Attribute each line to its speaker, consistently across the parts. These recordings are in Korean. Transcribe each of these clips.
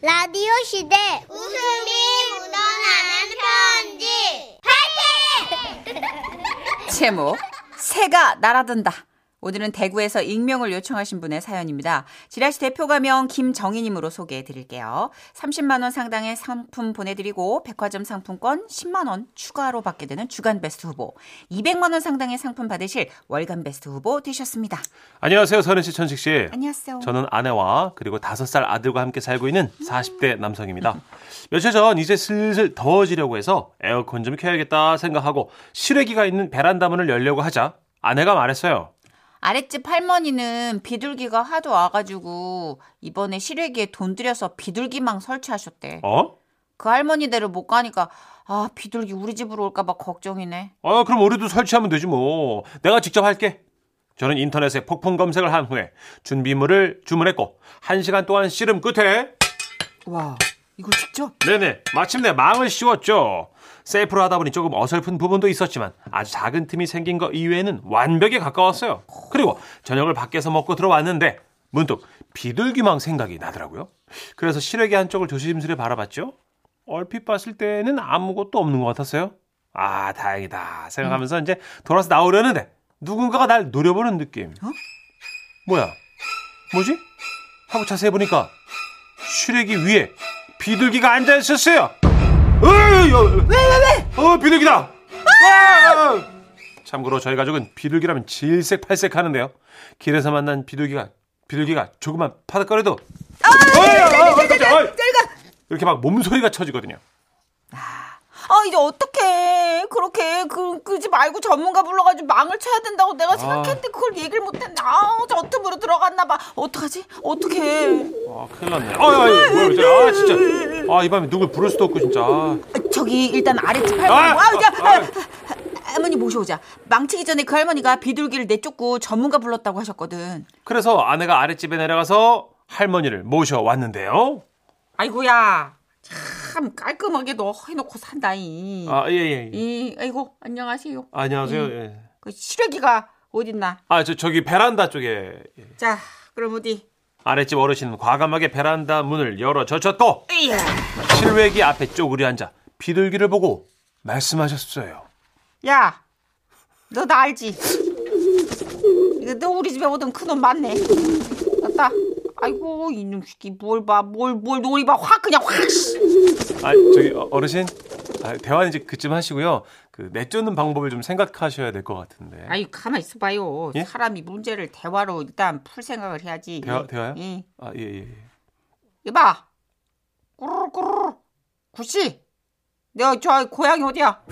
Speaker 1: 라디오 시대 웃음이 묻어나는 편지
Speaker 2: 제목 새가 날아든다. 오늘은 대구에서 익명을 요청하신 분의 사연입니다. 지라시 대표 가명 김정희님으로 소개해 드릴게요. 30만 원 상당의 상품 보내드리고 백화점 상품권 10만 원 추가로 받게 되는 주간 베스트 후보, 200만 원 상당의 상품 받으실 월간 베스트 후보 되셨습니다.
Speaker 3: 안녕하세요, 선혜 씨, 천식 씨.
Speaker 2: 안녕하세요.
Speaker 3: 저는 아내와 그리고 다섯 살 아들과 함께 살고 있는 40대 남성입니다. 며칠 전 이제 슬슬 더워지려고 해서 에어컨 좀 켜야겠다 생각하고 실외기가 있는 베란다 문을 열려고 하자 아내가 말했어요.
Speaker 2: 아랫집 할머니는 비둘기가 하도 와가지고 이번에 실외기에 돈 들여서 비둘기망 설치하셨대.
Speaker 3: 어?
Speaker 2: 그 할머니대로 못 가니까 아 비둘기 우리 집으로 올까봐 걱정이네.
Speaker 3: 아, 그럼 우리도 설치하면 되지 뭐. 내가 직접 할게. 저는 인터넷에 폭풍 검색을 한 후에 준비물을 주문했고 한시간 동안 씨름 끝에
Speaker 2: 와 이거 직접?
Speaker 3: 네네 마침내 망을 씌웠죠 세이프로 하다 보니 조금 어설픈 부분도 있었지만 아주 작은 틈이 생긴 거 이외에는 완벽에 가까웠어요 그리고 저녁을 밖에서 먹고 들어왔는데 문득 비둘기망 생각이 나더라고요 그래서 실외기 한쪽을 조심스레 바라봤죠 얼핏 봤을 때는 아무것도 없는 것 같았어요 아 다행이다 생각하면서 이제 돌아서 나오려는데 누군가가 날 노려보는 느낌 뭐야 뭐지 하고 자세히 보니까 슈렉이 위에 비둘기가 앉아 있었어요. 왜왜 왜? 어 비둘기다. 아! 참고로 저희 가족은 비둘기라면 질색팔색 하는데요. 길에서 만난 비둘기가 비둘기가 조그만 파닥거려도 어이, 어이, 어이, 깜짝이야, 어이. 이렇게 막 몸소리가 쳐지거든요.
Speaker 2: 아 이제 어떡해 그렇게 그, 그지 말고 전문가 불러가지고 망을 쳐야 된다고 내가 생각했는데 그걸 얘기를 못했네 아저 어둠으로 들어갔나 봐 어떡하지 어떡해
Speaker 3: 아 큰일 났네. 아, 아, 뭐야, 진짜. 아 진짜. 아이 밤에 누굴 부를 수도 없고 진짜.
Speaker 2: 저기 일단 아랫집
Speaker 3: 아,
Speaker 2: 할머니 아, 이제,
Speaker 3: 아, 아.
Speaker 2: 아, 할머니 모셔오자 망치기 전에 그 할머니가 비둘기를 내쫓고 전문가 불렀다고 하셨거든
Speaker 3: 그래서 아내가 아랫집에 내려가서 할머니를 모셔왔는데요.
Speaker 2: 아이고야 참 깔끔하게 너 해놓고 산다잉
Speaker 3: 아 예예. 예,
Speaker 2: 이 아이고 안녕하세요
Speaker 3: 안녕하세요. 예.
Speaker 2: 그 시래기가 어딨나
Speaker 3: 아, 저, 저기 베란다 쪽에 예.
Speaker 2: 자 그럼 어디
Speaker 3: 아랫집 어르신은 과감하게 베란다 문을 열어 젖혔고
Speaker 2: 으야.
Speaker 3: 실외기 앞에 쪼그리 앉아 비둘기를 보고 말씀하셨어요.
Speaker 2: 야, 너 나 알지? 이거 너 우리 집에 오던 큰놈 맞네. 맞다. 아이고 이놈 새끼 뭘 봐, 뭘 뭘 놀이 봐, 확 그냥 확. 씨.
Speaker 3: 아, 저기 어, 어르신 아, 대화는 이제 그쯤 하시고요. 그 내쫓는 방법을 좀 생각하셔야 될 것 같은데.
Speaker 2: 아이 가만 있어봐요.
Speaker 3: 예?
Speaker 2: 사람이 문제를 대화로 일단 풀 생각을 해야지.
Speaker 3: 대화 대화요?
Speaker 2: 예.
Speaker 3: 아, 예, 예. 예.
Speaker 2: 이봐, 꾸르르 꾸르르. 구씨, 너 저 고향이 어디야?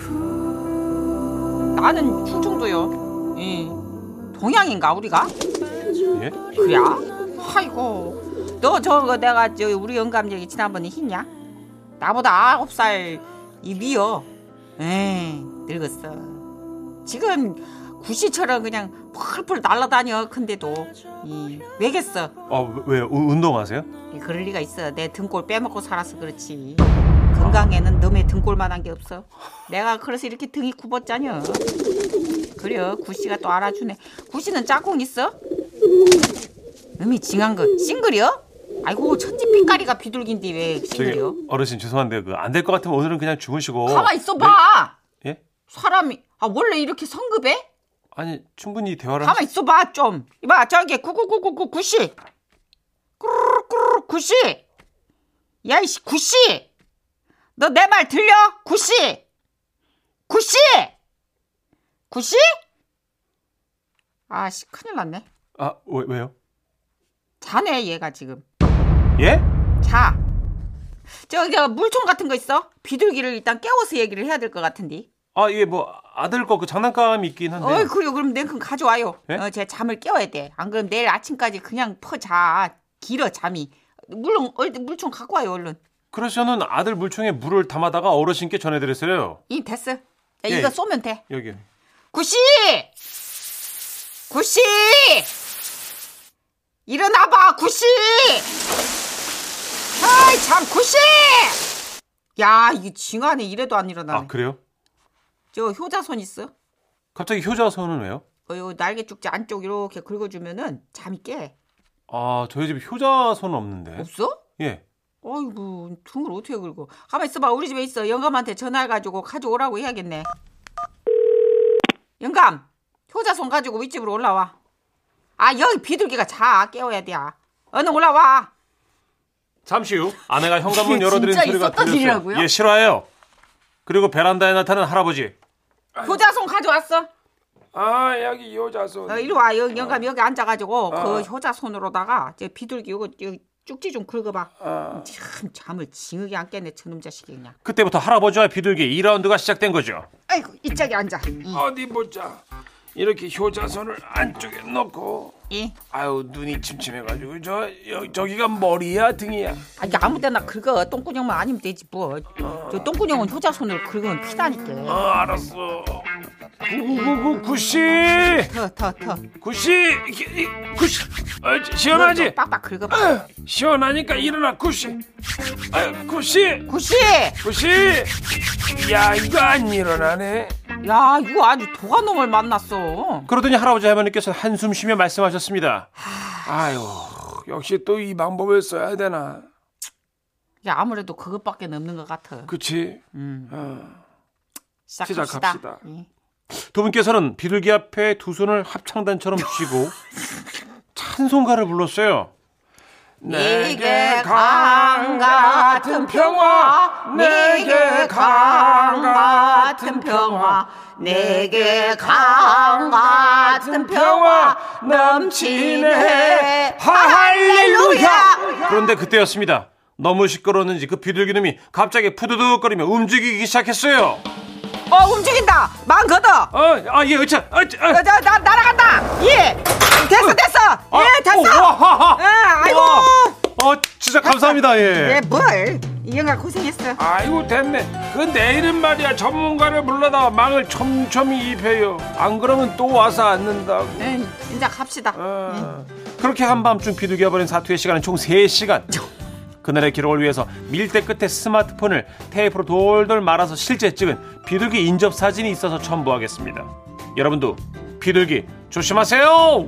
Speaker 2: 나는 충청도요. 예. 동양인가 우리가?
Speaker 3: 예?
Speaker 2: 그래? 아이고 너 저거 내가 저 우리 영감 얘기 지난번에 했냐? 나보다 아홉 살 이비요. 에이 늙었어. 지금 구시처럼 그냥 펄펄 날아다녀 근데도 이 왜겠어?
Speaker 3: 아, 왜, 왜 우- 운동하세요?
Speaker 2: 이 그럴 리가 있어. 내 등골 빼먹고 살아서 그렇지. 건강에는 놈의 등골만한 게 없어. 내가 그래서 이렇게 등이 굽었잖여. 그래, 구씨가 또 알아주네. 구씨는 짝꿍 있어? 음이 징한 거 싱글이요? 아이고 천지 빛깔이가 비둘기인데 왜
Speaker 3: 저기
Speaker 2: 싱글이요?
Speaker 3: 어르신 죄송한데 그 안 될 것 같으면 오늘은 그냥 주무시고.
Speaker 2: 가만 있어봐.
Speaker 3: 어. 네? 예?
Speaker 2: 사람이 아 원래 이렇게 성급해?
Speaker 3: 아니 충분히 대화를.
Speaker 2: 가만 있어봐 좀. 이봐 저기 구구구구구 구씨. 꾸르르 구씨. 야이씨 구씨. 너 내 말 들려? 구씨. 구씨. 구씨? 아씨 큰일 났네.
Speaker 3: 하- 아, 왜, 왜요?
Speaker 2: 자네 얘가 지금.
Speaker 3: 예?
Speaker 2: 자. 저기 저 물총 같은 거 있어? 비둘기를 일단 깨워서 얘기를 해야 될 것 같은데.
Speaker 3: 아, 예, 뭐 아들 거 그 장난감이 있긴 한데.
Speaker 2: 어이 그래요 그럼 냉큼 가져와요
Speaker 3: 예?
Speaker 2: 어, 제가 잠을 깨워야 돼안 그럼 내일 아침까지 그냥 퍼자 길어 잠이 물론 얼른 물총 갖고 와요 얼른
Speaker 3: 그래서 저는 아들 물총에 물을 담아다가 어르신께 전해드렸어요.
Speaker 2: 이 됐어 야,
Speaker 3: 예.
Speaker 2: 이거 쏘면 돼
Speaker 3: 여기.
Speaker 2: 구씨 구씨 일어나봐 구씨 아이 참 구씨 야 이게 징하네 이래도 안 일어나네
Speaker 3: 아 그래요?
Speaker 2: 저 효자손 있어
Speaker 3: 갑자기 효자손은 왜요?
Speaker 2: 어, 요 날개 쪽지 안쪽 이렇게
Speaker 3: 예?
Speaker 2: 긁어주면은 잠이 깨
Speaker 3: 아 저희 집에 효자손 없는데.
Speaker 2: 없어?
Speaker 3: 예.
Speaker 2: 어이구 등을 어떻게 긁어? 가만 있어봐 우리 집에 있어. 영감한테 전화해가지고 가져오라고 해야겠네. 영감 효자손 가지고 윗집으로 올라와. 아 여기 비둘기가 자 깨워야 돼. 얼른 올라와.
Speaker 3: 잠시 후 아내가 현관문
Speaker 2: 이게
Speaker 3: 열어드리는
Speaker 2: 진짜
Speaker 3: 소리가
Speaker 2: 있었던
Speaker 3: 들렸어요.
Speaker 2: 일이라고요?
Speaker 3: 예, 실화예요. 그리고 베란다에 나타난 할아버지.
Speaker 2: 효자손 가져왔어?
Speaker 4: 아 여기 여자손.
Speaker 2: 어, 이리 와 여, 영감 여기 앉아가지고 그 효자손으로다가 제 비둘기 이거 여기 쭉지 좀 긁어봐. 참 잠을 징하게 안 깨네 저놈 자식이 그냥.
Speaker 3: 그때부터 할아버지와 비둘기 2라운드가 시작된 거죠.
Speaker 2: 아이고 이짝에 앉아.
Speaker 4: 어디 보자. 이렇게 효자손을 안쪽에 넣고.
Speaker 2: 이.
Speaker 4: 아유 눈이 침침해가지고 저 여, 저기가 머리야 등이야.
Speaker 2: 아, 이게 아무 때나 긁어. 똥구녕만 아니면 되지 뭐. 저 똥구녕은 효자 손으로 긁으면
Speaker 4: 어
Speaker 2: 피다니까.
Speaker 4: 알았어.
Speaker 3: 구구구 구씨
Speaker 2: 더, 더, 더.
Speaker 4: 구시 이- 이- 구시. 어, 지- 시원하지?
Speaker 2: 빡빡 긁어.
Speaker 4: 어, 시원하니까 일어나 구시. 아유 구시
Speaker 2: 구씨!
Speaker 4: 구시. 야 이거 안 일어나네.
Speaker 2: 야, 이거 아주 도가 놈을 만났어.
Speaker 3: 그러더니 할아버지 할머니께서 한숨 쉬며 말씀하셨습니다.
Speaker 4: 아유 역시 또 이 방법을 써야 되나.
Speaker 2: 이게 아무래도 그것밖에 없는 것 같아.
Speaker 4: 그치?
Speaker 2: 음.
Speaker 4: 어.
Speaker 2: 시작합시다.
Speaker 4: 시작합시다.
Speaker 2: 예.
Speaker 3: 두 분께서는 비둘기 앞에 두 손을 합창단처럼 쥐고 찬송가를 불렀어요.
Speaker 2: 이게 강 같은 평화 내게 강 같은 평화 내게 강 같은 평화 넘치네 할렐루야
Speaker 3: 그런데 그때였습니다. 너무 시끄러웠는지 그 비둘기놈이 갑자기 푸드득거리며 움직이기 시작했어요.
Speaker 2: 어 움직인다 망거더
Speaker 3: 아, 아, 예, 으차, 아, 아,
Speaker 2: 나, 어, 나, 나 날아간다 예 됐어 됐어
Speaker 3: 아,
Speaker 2: 예
Speaker 3: 오, 와,
Speaker 2: 됐어
Speaker 3: 하, 하.
Speaker 2: 아, 아이고.
Speaker 3: 와. 어, 진짜 감사합니다,
Speaker 2: 네.
Speaker 3: 예.
Speaker 2: 예뭘이 영아 고생했어
Speaker 4: 아이고 됐네. 그 내일은 말이야 전문가를 불러다가 망을 촘촘히 입혀요. 안 그러면 또 와서 앉는다고.
Speaker 2: 응 진짜 음, 갑시다
Speaker 4: 어.
Speaker 3: 그렇게 한밤중 비둘기가 벌인 사투의 시간은 총 3시간. 그날의 기록을 위해서 밀대 끝에 스마트폰을 테이프로 돌돌 말아서 실제 찍은 비둘기 인접 사진이 있어서 첨부하겠습니다. 여러분도 비둘기 조심하세요!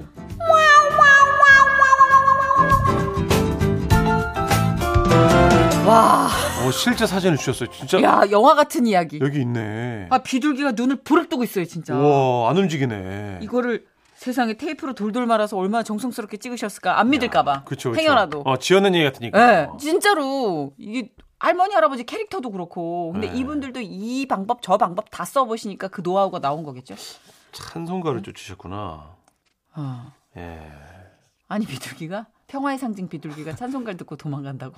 Speaker 2: 와
Speaker 3: 오, 어, 실제 사진을 주셨어요. 진짜
Speaker 2: 야 영화 같은 이야기.
Speaker 3: 여기 있네.
Speaker 2: 아 비둘기가 눈을 부릅 뜨고 있어요 진짜.
Speaker 3: 예. 우와, 안 움직이네.
Speaker 2: 이거를 세상에 테이프로 돌돌 말아서 얼마나 정성스럽게 찍으셨을까 안 믿을까봐.
Speaker 3: 그쵸, 그쵸.
Speaker 2: 행여라도.
Speaker 3: 어, 지어낸 얘기 같으니까.
Speaker 2: 예, 진짜로 이게 할머니 할아버지 캐릭터도 그렇고 근데
Speaker 3: 네.
Speaker 2: 이분들도 이 방법 저 방법 다 써보시니까 그 노하우가 나온 거겠죠.
Speaker 3: 찬송가를 쫓으셨구나.
Speaker 2: 어.
Speaker 3: 예.
Speaker 2: 아니 비둘기가 평화의 상징 비둘기가 찬송가를 듣고 도망간다고.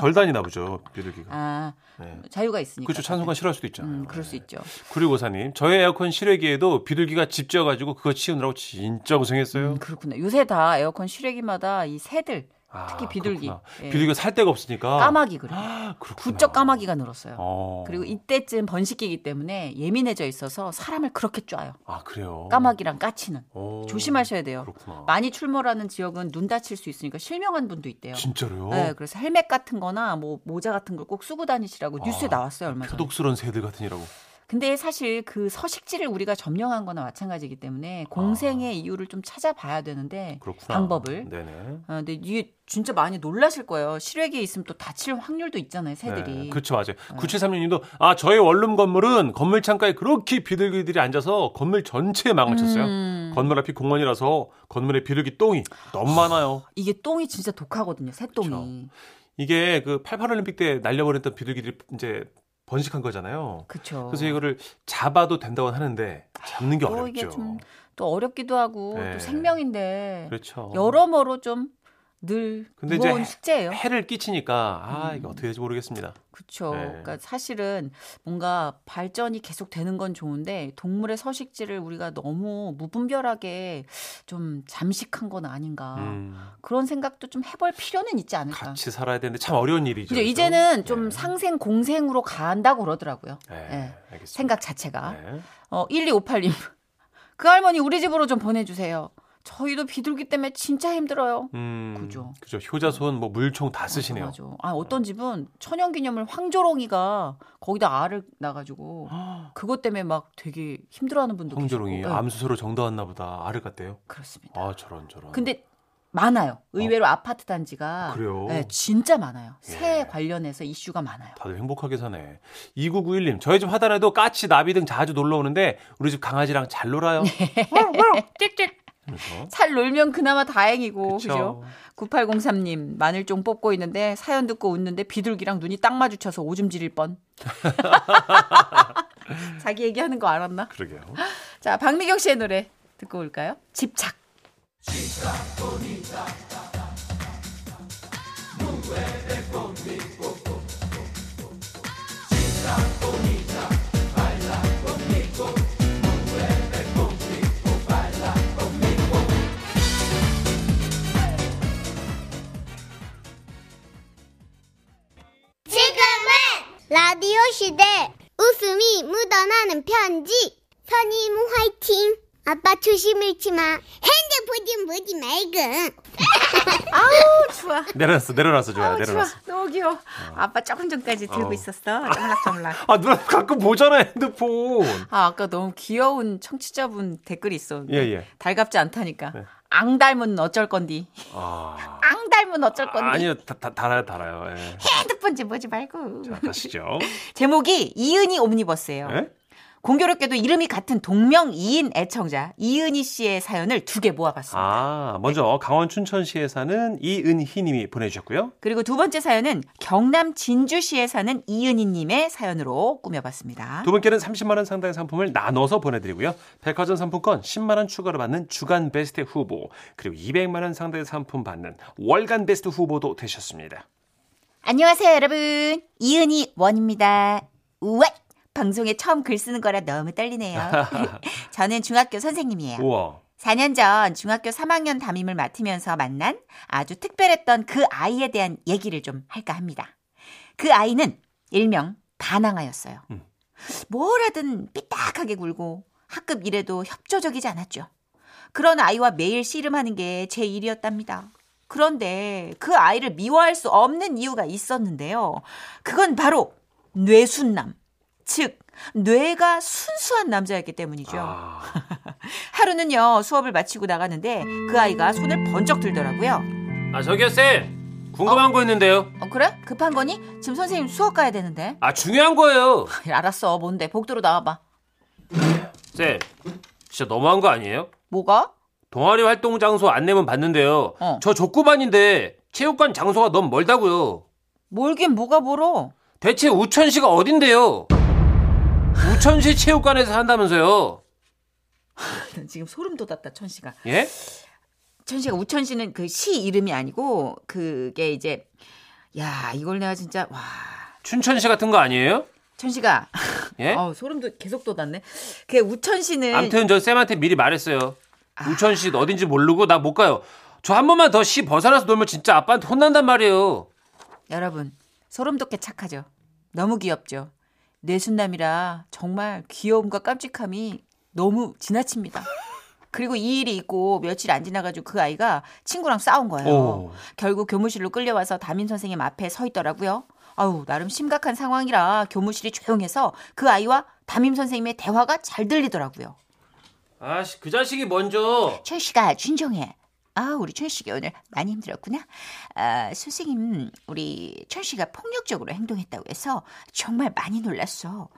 Speaker 3: 절단이나 보죠, 비둘기가.
Speaker 2: 아
Speaker 3: 네.
Speaker 2: 자유가 있으니까.
Speaker 3: 그렇죠, 찬송가 싫어할 수도 있잖아요.
Speaker 2: 음, 그럴 수 있죠.
Speaker 3: 구리고사님, 저의 에어컨 실외기에도 비둘기가 집 지어가지고 그거 치우느라고 진짜 고생했어요.
Speaker 2: 음, 그렇구나. 요새 다 에어컨 실외기마다 이 새들
Speaker 3: 아,
Speaker 2: 특히 비둘기.
Speaker 3: 그렇구나.
Speaker 2: 예.
Speaker 3: 비둘기가 살 데가 없으니까.
Speaker 2: 까마귀 그리고
Speaker 3: 아. 그렇구나.
Speaker 2: 부쩍 까마귀가 늘었어요.
Speaker 3: 어.
Speaker 2: 그리고 이때쯤 번식기이기 때문에 예민해져 있어서 사람을 그렇게 쏴요.
Speaker 3: 아 그래요.
Speaker 2: 까마귀랑 까치는
Speaker 3: 어.
Speaker 2: 조심하셔야 돼요.
Speaker 3: 그렇구나.
Speaker 2: 많이 출몰하는 지역은 눈 다칠 수 있으니까 실명한 분도 있대요.
Speaker 3: 진짜로요.
Speaker 2: 네, 그래서 헬멧 같은거나 뭐 모자 같은 걸 꼭 쓰고 다니시라고
Speaker 3: 아.
Speaker 2: 뉴스에 나왔어요 얼마 전에.
Speaker 3: 표독스러운 새들 같으니라고.
Speaker 2: 근데 사실 그 서식지를 우리가 점령한거나 마찬가지이기 때문에 공생의 이유를 좀 찾아봐야 되는데
Speaker 3: 아. 그렇구나.
Speaker 2: 방법을.
Speaker 3: 네네.
Speaker 2: 아, 근데 이게 진짜 많이 놀라실 거예요. 실외기에 있으면 또 다칠 확률도 있잖아요, 새들이. 어.
Speaker 3: 네, 그렇죠 맞아요. 9736님도 아 저의 원룸 건물은 건물 창가에 그렇게 비둘기들이 앉아서 건물 전체에 망을
Speaker 2: 음.
Speaker 3: 쳤어요. 건물 앞이 공원이라서 건물에 비둘기 똥이 너무 많아요.
Speaker 2: 이게 똥이 진짜 독하거든요, 새똥이.
Speaker 3: 이게 그 88올림픽 때 날려버렸던 비둘기들이 이제 번식한 거잖아요.
Speaker 2: 그렇죠.
Speaker 3: 그래서 이거를 잡아도 된다고 하는데 잡는 게
Speaker 2: 또 이게
Speaker 3: 어렵죠.
Speaker 2: 좀 또 어렵기도 하고
Speaker 3: 네.
Speaker 2: 또 생명인데
Speaker 3: 그렇죠.
Speaker 2: 여러모로 좀 늘
Speaker 3: 근데 이제
Speaker 2: 무거운 숙제예요. 음.
Speaker 3: 해를 끼치니까 아 이게 어떻게 될지 모르겠습니다.
Speaker 2: 그렇죠.
Speaker 3: 네.
Speaker 2: 그러니까 사실은 뭔가 발전이 계속 되는 건 좋은데 동물의 서식지를 우리가 너무 무분별하게 좀 잠식한 건 아닌가
Speaker 3: 음,
Speaker 2: 그런 생각도 좀 해볼 필요는 있지 않을까.
Speaker 3: 같이 살아야 되는데 참 어려운 일이죠.
Speaker 2: 근데
Speaker 3: 그죠?
Speaker 2: 이제는 좀
Speaker 3: 네.
Speaker 2: 상생 공생으로 간다고 그러더라고요.
Speaker 3: 네,
Speaker 2: 예.
Speaker 3: 알겠습니다.
Speaker 2: 생각 자체가.
Speaker 3: 네.
Speaker 2: 어, 1258님. 그 할머니 우리 집으로 좀 보내주세요. 저희도 비둘기 때문에 진짜 힘들어요.
Speaker 3: 음,
Speaker 2: 그죠.
Speaker 3: 그죠. 효자손 뭐 물총 다 쓰시네요.
Speaker 2: 맞아. 아, 어떤 집은 천연기념물 황조롱이가 거기다 알을 낳아가지고 그것 때문에 막 되게 힘들어하는 분도
Speaker 3: 홍조롱이
Speaker 2: 계시고. 네,
Speaker 3: 암수소로 정다왔나 보다. 알을 갔대요.
Speaker 2: 그렇습니다.
Speaker 3: 아 저런 저런.
Speaker 2: 근데
Speaker 5: 많아요. 의외로 아파트 단지가
Speaker 3: 그래요? 예.
Speaker 5: 네, 진짜 많아요. 새 관련해서 이슈가 많아요.
Speaker 3: 다들 행복하게 사네. 2991님, 저희 집 하단에도 까치, 나비 등 자주 놀러 오는데 우리 집 강아지랑 잘 놀아요.
Speaker 5: 잘 놀면 그나마 다행이고
Speaker 3: 그쵸.
Speaker 5: 그죠? 9803님 마늘종 뽑고 있는데 사연 듣고 웃는데 비둘기랑 눈이 딱 마주쳐서 오줌 지릴 뻔. 자기 얘기하는 거 알았나?
Speaker 3: 그러게요.
Speaker 5: 자 박미경 씨의 노래 듣고 올까요? 집착.
Speaker 1: 지금은 라디오 시대 웃음이 묻어나는 편지 선임 화이팅 아빠 조심 잃지 마 핸드폰 좀 보지 말고
Speaker 5: 아우 좋아.
Speaker 3: 내려놨어, 내려놨어, 좋아요.
Speaker 5: 아우 좋아.
Speaker 3: 내려놨어.
Speaker 5: 너무 귀여워. 아빠 조금 전까지 들고
Speaker 3: 어.
Speaker 5: 있었어. 쫑락쫑락.
Speaker 3: 아, 누나 가끔 보잖아, 핸드폰.
Speaker 5: 아, 아까 너무 귀여운 청취자분 댓글이 있었는데.
Speaker 3: 예, 예.
Speaker 5: 달갑지 않다니까. 앙 닮은 어쩔 건디.
Speaker 3: 아.
Speaker 5: 앙 닮은 어쩔 건디.
Speaker 3: 아니요, 다, 다, 달아요, 달아요. 예.
Speaker 5: 핸드폰 좀 보지 말고.
Speaker 3: 자, 가시죠.
Speaker 5: 제목이 이은이 옴니버스예요.
Speaker 3: 예?
Speaker 5: 공교롭게도 이름이 같은 동명이인 애청자 이은희 씨의 사연을 두 개 모아봤습니다.
Speaker 3: 아, 먼저 강원 춘천시에 사는 이은희 님이 보내주셨고요.
Speaker 5: 그리고 두 번째 사연은 경남 진주시에 사는 이은희 님의 사연으로 꾸며봤습니다.
Speaker 3: 두 분께는 30만 원 상당의 상품을 나눠서 보내드리고요. 백화점 상품권 10만 원 추가로 받는 주간 베스트 후보 그리고 200만 원 상당의 상품 받는 월간 베스트 후보도 되셨습니다.
Speaker 5: 안녕하세요, 여러분. 이은희 원입니다. 우와! 방송에 처음 글 쓰는 거라 너무 떨리네요. 저는 중학교 선생님이에요.
Speaker 3: 우와.
Speaker 5: 4년 전 중학교 3학년 담임을 맡으면서 만난 아주 특별했던 그 아이에 대한 얘기를 좀 할까 합니다. 그 아이는 일명 반항아였어요.
Speaker 3: 음.
Speaker 5: 뭐라든 삐딱하게 굴고 학급 일에도 협조적이지 않았죠. 그런 아이와 매일 씨름하는 게 제 일이었답니다. 그런데 그 아이를 미워할 수 없는 이유가 있었는데요. 그건 바로 뇌순남. 즉, 뇌가 순수한 남자였기 때문이죠.
Speaker 3: 아,
Speaker 5: 하루는요 수업을 마치고 나가는데 그 아이가 손을 번쩍 들더라고요.
Speaker 3: 아 저기요 쌤 궁금한 거 있는데요.
Speaker 5: 어 그래? 급한 거니? 지금 선생님 수업 가야 되는데.
Speaker 3: 아 중요한 거예요.
Speaker 5: 알았어 뭔데 복도로 나와봐.
Speaker 3: 쌤 진짜 너무한 거 아니에요?
Speaker 5: 뭐가?
Speaker 3: 동아리 활동 장소 안내문 봤는데요.
Speaker 5: 어.
Speaker 3: 저 족구반인데 체육관 장소가 너무 멀다고요.
Speaker 5: 뭘긴 뭐가 멀어?
Speaker 3: 대체 우천시가 어딘데요? 우천시 체육관에서 산다면서요?
Speaker 5: 나 지금 소름 돋았다 천씨가.
Speaker 3: 예?
Speaker 5: 천씨가 우천 씨는 그 시 이름이 아니고 그게 이제 야 이걸 내가 진짜 와
Speaker 3: 춘천시 같은 거 아니에요?
Speaker 5: 천씨가
Speaker 3: 예?
Speaker 5: 어 소름도 계속 돋았네. 그 우천 씨는
Speaker 3: 암튼 저 쌤한테 미리 말했어요. 우천시 어딘지 모르고 나 못 가요. 저 한 번만 더 시 벗어나서 놀면 진짜 아빠한테 혼난단 말이에요.
Speaker 5: 여러분 소름 돋게 착하죠. 너무 귀엽죠. 뇌순남이라 정말 귀여움과 깜찍함이 너무 지나칩니다. 그리고 이 일이 있고 며칠 안 지나가지고 그 아이가 친구랑 싸운 거예요.
Speaker 3: 오.
Speaker 5: 결국 교무실로 끌려와서 담임 선생님 앞에 서 있더라고요. 아우 나름 심각한 상황이라 교무실이 조용해서 그 아이와 담임 선생님의 대화가 어, 잘 들리더라고요.
Speaker 3: 아씨 그 자식이 먼저
Speaker 5: 최 씨가 진정해. 아, 우리 최 씨가 오늘 많이 힘들었구나. 아, 선생님, 우리 최 씨가 폭력적으로 행동했다고 해서 정말 많이 놀랐어.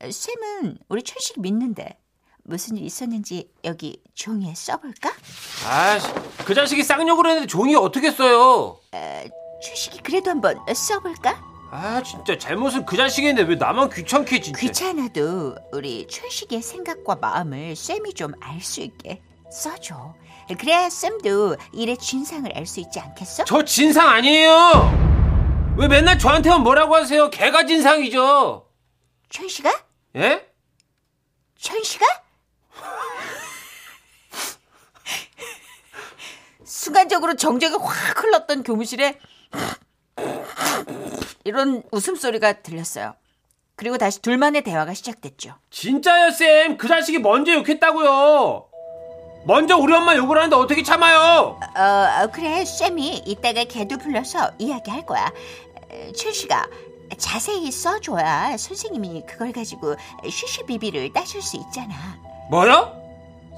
Speaker 5: 아, 쌤은 우리 최 씨 믿는데 무슨 일 있었는지 여기 종이에 써볼까?
Speaker 3: 아씨 그 자식이 쌍욕을 했는데 종이 어떻게 써요?
Speaker 5: 최 씨가 그래도 한번 써볼까?
Speaker 3: 아 진짜 잘못은 그 자식인데 왜 나만 귀찮게 진짜
Speaker 5: 귀찮아도 우리 최 씨의 생각과 마음을 쌤이 좀 알 수 있게 써줘. 그래야 쌤도 일의 진상을 알 수 있지 않겠어?
Speaker 3: 저 진상 아니에요 왜 맨날 저한테만 뭐라고 하세요 개가 진상이죠
Speaker 5: 최 씨가?
Speaker 3: 예?
Speaker 5: 천 씨가? 순간적으로 정적이 확 흘렀던 교무실에 이런 웃음소리가 들렸어요. 그리고 다시 둘만의 대화가 시작됐죠.
Speaker 3: 진짜요 쌤. 그 자식이 먼저 욕했다고요. 먼저 우리 엄마 욕을 하는데 어떻게 참아요?
Speaker 5: 어, 어, 그래 쌤이 이따가 걔도 불러서 이야기할 거야. 어, 천 씨가 자세히 써줘야 선생님이 그걸 가지고 쉬쉬비비를 따실 수 있잖아.
Speaker 3: 뭐요?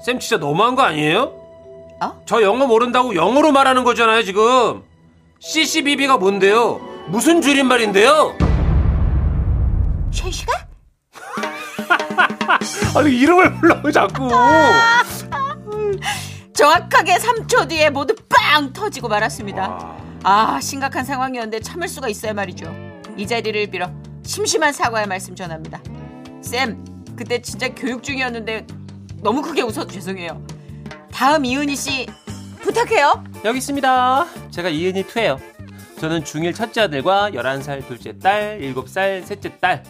Speaker 3: 쌤 진짜 너무한 거 아니에요?
Speaker 2: 어?
Speaker 3: 저 영어 모른다고 영어로 말하는 거잖아요, 지금. CCBB가 뭔데요? 무슨 줄임말인데요?
Speaker 2: 최씨가?
Speaker 3: 아니, 이름을 불러, 자꾸.
Speaker 2: 아! 정확하게 3초 뒤에 모두 빵 터지고 말았습니다. 아 심각한 상황이었는데 참을 수가 있어야 말이죠. 이 자리를 빌어 심심한 사과의 말씀 전합니다. 쌤 그때 진짜 교육 중이었는데 너무 크게 웃어 죄송해요. 다음 이은희 씨 부탁해요.
Speaker 3: 여기 있습니다. 제가 이은이 투예요 저는 중1 첫째 아들과 11살 둘째 딸, 7살 셋째 딸.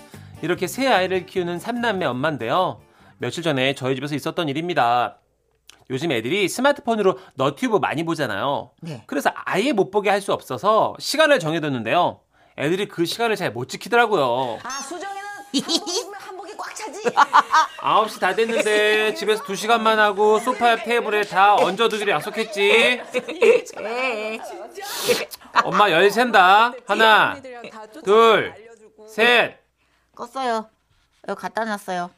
Speaker 3: 이렇게 세 아이를 키우는 삼남매 엄마인데요. 며칠 전에 저희 집에서 있었던 일입니다. 요즘 애들이 스마트폰으로 너튜브 많이 보잖아요.
Speaker 2: 네.
Speaker 3: 그래서 아예 못 보게 할 수 없어서 시간을 정해뒀는데요. 애들이 그 시간을 잘 못 지키더라고요.
Speaker 6: 아 수정이는 한복 입으면 한복이 꽉 차지.
Speaker 3: 9시 다 됐는데 집에서 2시간만 하고 소파 테이블에 다 얹어두기로 약속했지.
Speaker 5: 네,
Speaker 3: 엄마 열 센다. 하나, 둘, 셋.
Speaker 2: 껐어요. 여기 갖다 놨어요.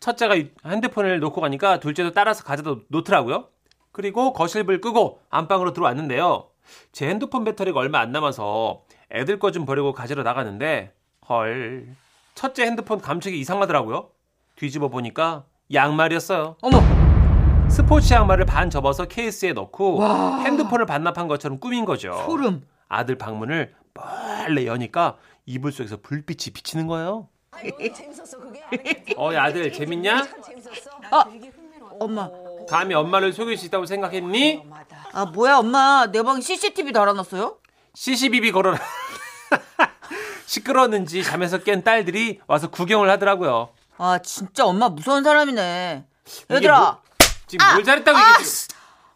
Speaker 3: 첫째가 유- 핸드폰을 놓고 가니까 둘째도 따라서 가져다 놓- 놓더라고요. 그리고 거실 불 끄고 안방으로 들어왔는데요. 제 핸드폰 배터리가 얼마 안 남아서 애들 거 좀 버리고 가지러 나가는데 헐. 첫째 핸드폰 감촉이 이상하더라고요. 뒤집어 보니까 양말이었어요.
Speaker 2: 어머
Speaker 3: 스포츠 양말을 반 접어서 케이스에 넣고 핸드폰을 반납한 것처럼 꾸민 거죠.
Speaker 2: 소름.
Speaker 3: 아들 방문을 몰래 여니까 이불 속에서 불빛이 비치는 거예요.
Speaker 6: 재밌었어 그게.
Speaker 3: 어이 아들 재밌냐?
Speaker 6: 재밌었어.
Speaker 2: 엄마
Speaker 3: 감히 엄마를 속일 수 있다고 생각했니?
Speaker 2: 아 뭐야 엄마 내 방에 CCTV 달아놨어요?
Speaker 3: CCBB 걸어라. 시끄러웠는지 잠에서 깬 딸들이 와서 구경을 하더라고요.
Speaker 2: 아 진짜 엄마 무서운 사람이네.
Speaker 3: 이게
Speaker 2: 얘들아
Speaker 3: 뭐- 지금 뭘 잘했다고
Speaker 2: 아,
Speaker 3: 얘기지?
Speaker 2: 씨.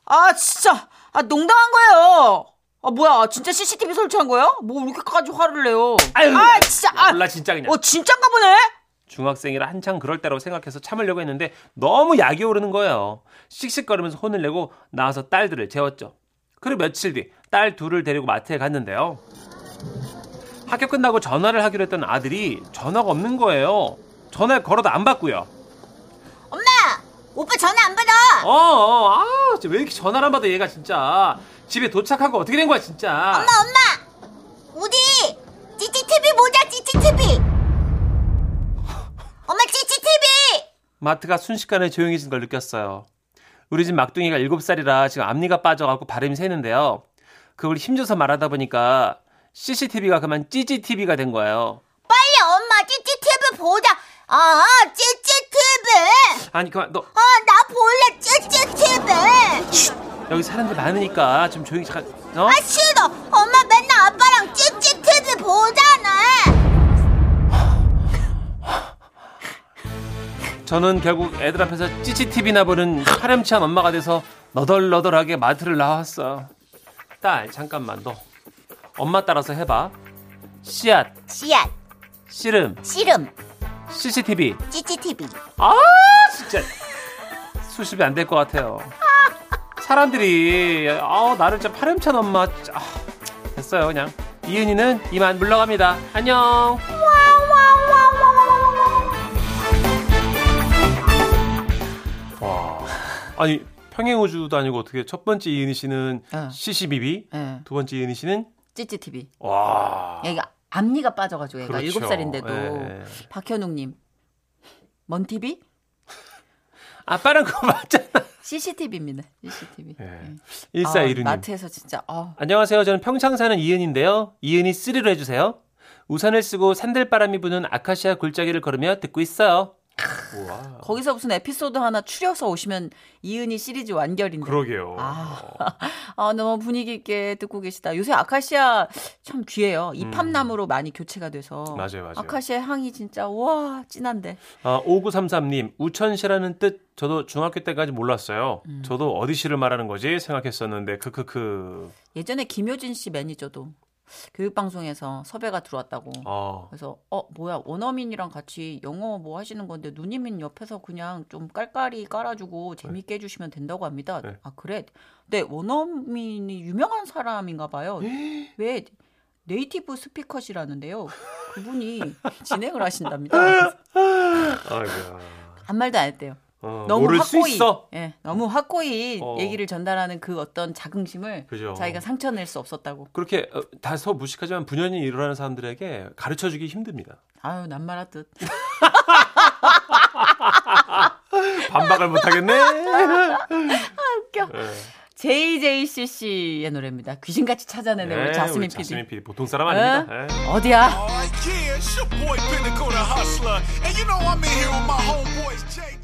Speaker 2: 아 진짜 아 농담한 거예요. 아 뭐야 진짜 CCTV 설치한 거예요? 뭐 이렇게까지 화를 내요?
Speaker 3: 아유,
Speaker 2: 아 진짜 아,
Speaker 3: 몰라 진짜 그냥.
Speaker 2: 어 진짠가 보네.
Speaker 3: 중학생이라 한창 그럴 때라고 생각해서 참으려고 했는데 너무 약이 오르는 거예요. 씩씩거리면서 혼을 내고 나와서 딸들을 재웠죠. 그리고 며칠 뒤 딸 둘을 데리고 마트에 갔는데요. 학교 끝나고 전화를 하기로 했던 아들이 전화가 없는 거예요. 전화를 걸어도 안 받고요.
Speaker 1: 엄마! 오빠 전화 안 받아!
Speaker 3: 어, 어, 아, 진짜 왜 이렇게 전화를 안 받아 얘가 진짜. 집에 도착한 거 어떻게 된 거야 진짜.
Speaker 1: 엄마, 엄마! 우리 찌찌TV 보자, 찌찌TV! 엄마, 찌찌TV!
Speaker 3: 마트가 순식간에 조용해진 걸 느꼈어요. 우리 집 막둥이가 7살이라 지금 앞니가 빠져갖고 발음이 새는데요. 그걸 힘줘서 말하다 보니까 CCTV가 그만 찌찌TV가 된 거예요.
Speaker 1: 빨리 엄마, 찌찌TV 보자! 아, 찌찌TV!
Speaker 3: 아니 그만 너
Speaker 1: 아, 나 볼래, 찌찌TV!
Speaker 3: 여기 사람들 많으니까 좀 조용히 잠깐 어?
Speaker 1: 아, 싫어! 엄마 맨날 아빠랑 찌찌TV 보잖아!
Speaker 3: 저는 결국 애들 앞에서 찌찌TV나 보는 파렴치한 엄마가 돼서 너덜너덜하게 마트를 나왔어. 딸 잠깐만 너 엄마 따라서 해봐. 씨앗,
Speaker 1: 씨앗,
Speaker 3: 씨름,
Speaker 1: 씨름,
Speaker 3: CCTV.
Speaker 1: 찌찌TV.
Speaker 3: 아 진짜 수습이 안 될 것 같아요. 사람들이 아 나를 진짜 파렴치한 엄마 아, 됐어요 그냥 이은이는 이만 물러갑니다. 안녕. 와 아니 평행우주도 아니고 어떻게 첫 번째 이은희 씨는
Speaker 2: 어.
Speaker 3: CCBB
Speaker 2: 예.
Speaker 3: 두 번째 이은희 씨는
Speaker 2: 찌찌TV.
Speaker 3: 와
Speaker 2: 얘가 앞니가 빠져가지고 얘가
Speaker 3: 아. 그렇죠.
Speaker 2: 일곱 살인데도
Speaker 3: 예.
Speaker 2: 박현웅님 먼 TV
Speaker 3: 아빠랑 그거 맞잖아.
Speaker 2: CCTV입니다. CCTV. 예. 아,
Speaker 3: 일사이루님.
Speaker 2: 마트에서 진짜 아
Speaker 3: 안녕하세요. 저는 평창 사는 이은인데요. 이은이 쓰리로 해주세요. 우산을 쓰고 산들바람이 부는 아카시아 굴짜기를 걸으며 듣고 있어요.
Speaker 2: 거기서 무슨 에피소드 하나 추려서 오시면 이은희 시리즈 완결인데.
Speaker 3: 그러게요.
Speaker 2: 아, 아, 너무 분위기 있게 듣고 계시다. 요새 아카시아 참 귀해요. 이팝나무로 많이 교체가 돼서.
Speaker 3: 음. 맞아요, 맞아요.
Speaker 2: 아카시아 향이 진짜 와 진한데.
Speaker 4: 아, 5933님, 우천시라는 뜻 저도 중학교 때까지 몰랐어요.
Speaker 5: 음.
Speaker 4: 저도 어디 시를 말하는 거지 생각했었는데 크크크.
Speaker 2: 예전에 김효진 씨 매니저도 교육방송에서 섭외가 들어왔다고.
Speaker 3: 아,
Speaker 4: 어.
Speaker 2: 그래서 어 뭐야 원어민이랑 같이 영어 뭐 하시는 건데 누님은 옆에서 그냥 좀 깔깔이 깔아주고
Speaker 3: 네.
Speaker 2: 재밌게 해주시면 된다고 합니다.
Speaker 4: 네.
Speaker 2: 아 그래? 네 원어민이 유명한 사람인가 봐요.
Speaker 3: 예?
Speaker 2: 왜 네이티브 스피커시라는데요. 그분이 진행을 하신답니다.
Speaker 4: 아이고야.
Speaker 2: 아무 말도 안 했대요.
Speaker 3: 어,
Speaker 5: 너무
Speaker 3: 모를 수
Speaker 5: 확고히
Speaker 3: 있어.
Speaker 5: 예, 너무 확고히
Speaker 3: 어.
Speaker 5: 얘기를 전달하는 그 어떤 자긍심을
Speaker 3: 그죠.
Speaker 5: 자기가 상처낼 수 없었다고.
Speaker 3: 그렇게 어, 다소 무식하지만 분연히 일어나는 사람들에게 가르쳐주기 힘듭니다.
Speaker 5: 아유 남말아 뜻.
Speaker 3: 반박을 못하겠네.
Speaker 5: 웃겨. JJCC의 노래입니다. 귀신같이 찾아내는 우리 자스민 PD.
Speaker 3: 네,
Speaker 5: 네.
Speaker 3: 자스민 PD 보통 사람 아닙니다.
Speaker 5: 응?
Speaker 3: 예.
Speaker 5: 어디야?
Speaker 7: Alright, yeah, it's your boy Pinnacle the Hustler. And you know I'm in here with my homeboys, Jake.